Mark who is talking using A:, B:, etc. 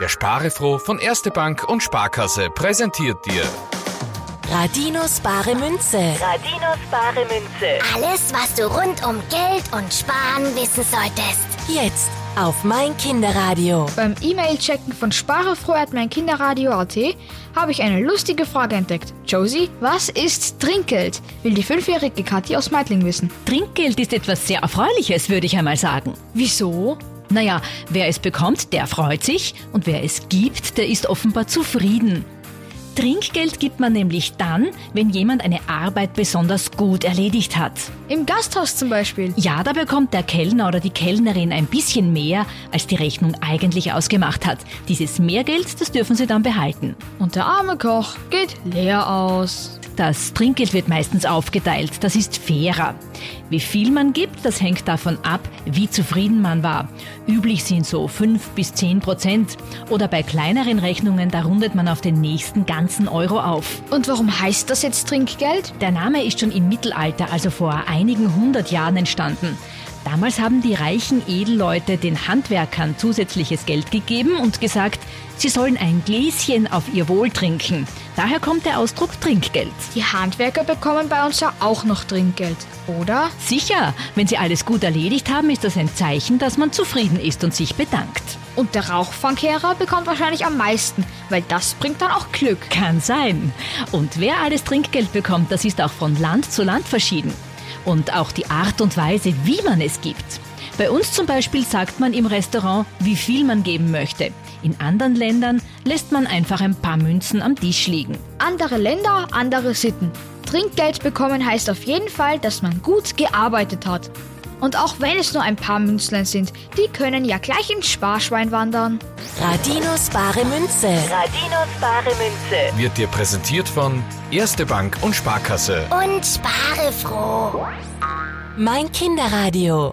A: Der Sparefroh von Erste Bank und Sparkasse präsentiert dir
B: Radinos bare Münze.
C: Radinos bare Münze.
D: Alles, was du rund um Geld und Sparen wissen solltest.
B: Jetzt auf mein Kinderradio.
E: Beim E-Mail-Checken von sparefroh.meinkinderradio.at habe ich eine lustige Frage entdeckt. Josie, was ist Trinkgeld? Will die fünfjährige Kathi aus Meidling wissen.
F: Trinkgeld ist etwas sehr Erfreuliches, würde ich einmal sagen.
E: Wieso?
F: Naja, wer es bekommt, der freut sich und wer es gibt, der ist offenbar zufrieden. Trinkgeld gibt man nämlich dann, wenn jemand eine Arbeit besonders gut erledigt hat.
E: Im Gasthaus zum Beispiel.
F: Ja, da bekommt der Kellner oder die Kellnerin ein bisschen mehr, als die Rechnung eigentlich ausgemacht hat. Dieses Mehrgeld, das dürfen sie dann behalten.
E: Und der arme Koch geht leer aus.
F: Das Trinkgeld wird meistens aufgeteilt, das ist fairer. Wie viel man gibt, das hängt davon ab, wie zufrieden man war. Üblich sind so 5 bis 10 Prozent. Oder bei kleineren Rechnungen, da rundet man auf den nächsten ganzen Euro auf.
E: Und warum heißt das jetzt Trinkgeld?
F: Der Name ist schon im Mittelalter, also vor einigen hundert Jahren entstanden. Damals haben die reichen Edelleute den Handwerkern zusätzliches Geld gegeben und gesagt, sie sollen ein Gläschen auf ihr Wohl trinken. Daher kommt der Ausdruck Trinkgeld.
E: Die Handwerker bekommen bei uns ja auch noch Trinkgeld, oder?
F: Sicher, wenn sie alles gut erledigt haben, ist das ein Zeichen, dass man zufrieden ist und sich bedankt.
E: Und der Rauchfangkehrer bekommt wahrscheinlich am meisten, weil das bringt dann auch Glück.
F: Kann sein. Und wer alles Trinkgeld bekommt, das ist auch von Land zu Land verschieden und auch die Art und Weise, wie man es gibt. Bei uns zum Beispiel sagt man im Restaurant, wie viel man geben möchte. In anderen Ländern lässt man einfach ein paar Münzen am Tisch liegen.
E: Andere Länder, andere Sitten. Trinkgeld bekommen heißt auf jeden Fall, dass man gut gearbeitet hat. Und auch wenn es nur ein paar Münzlein sind, die können ja gleich ins Sparschwein wandern.
B: Radinos bare Münze.
C: Radinos bare Münze.
A: wird dir präsentiert von Erste Bank und Sparkasse.
D: Und spare froh.
B: Mein Kinderradio.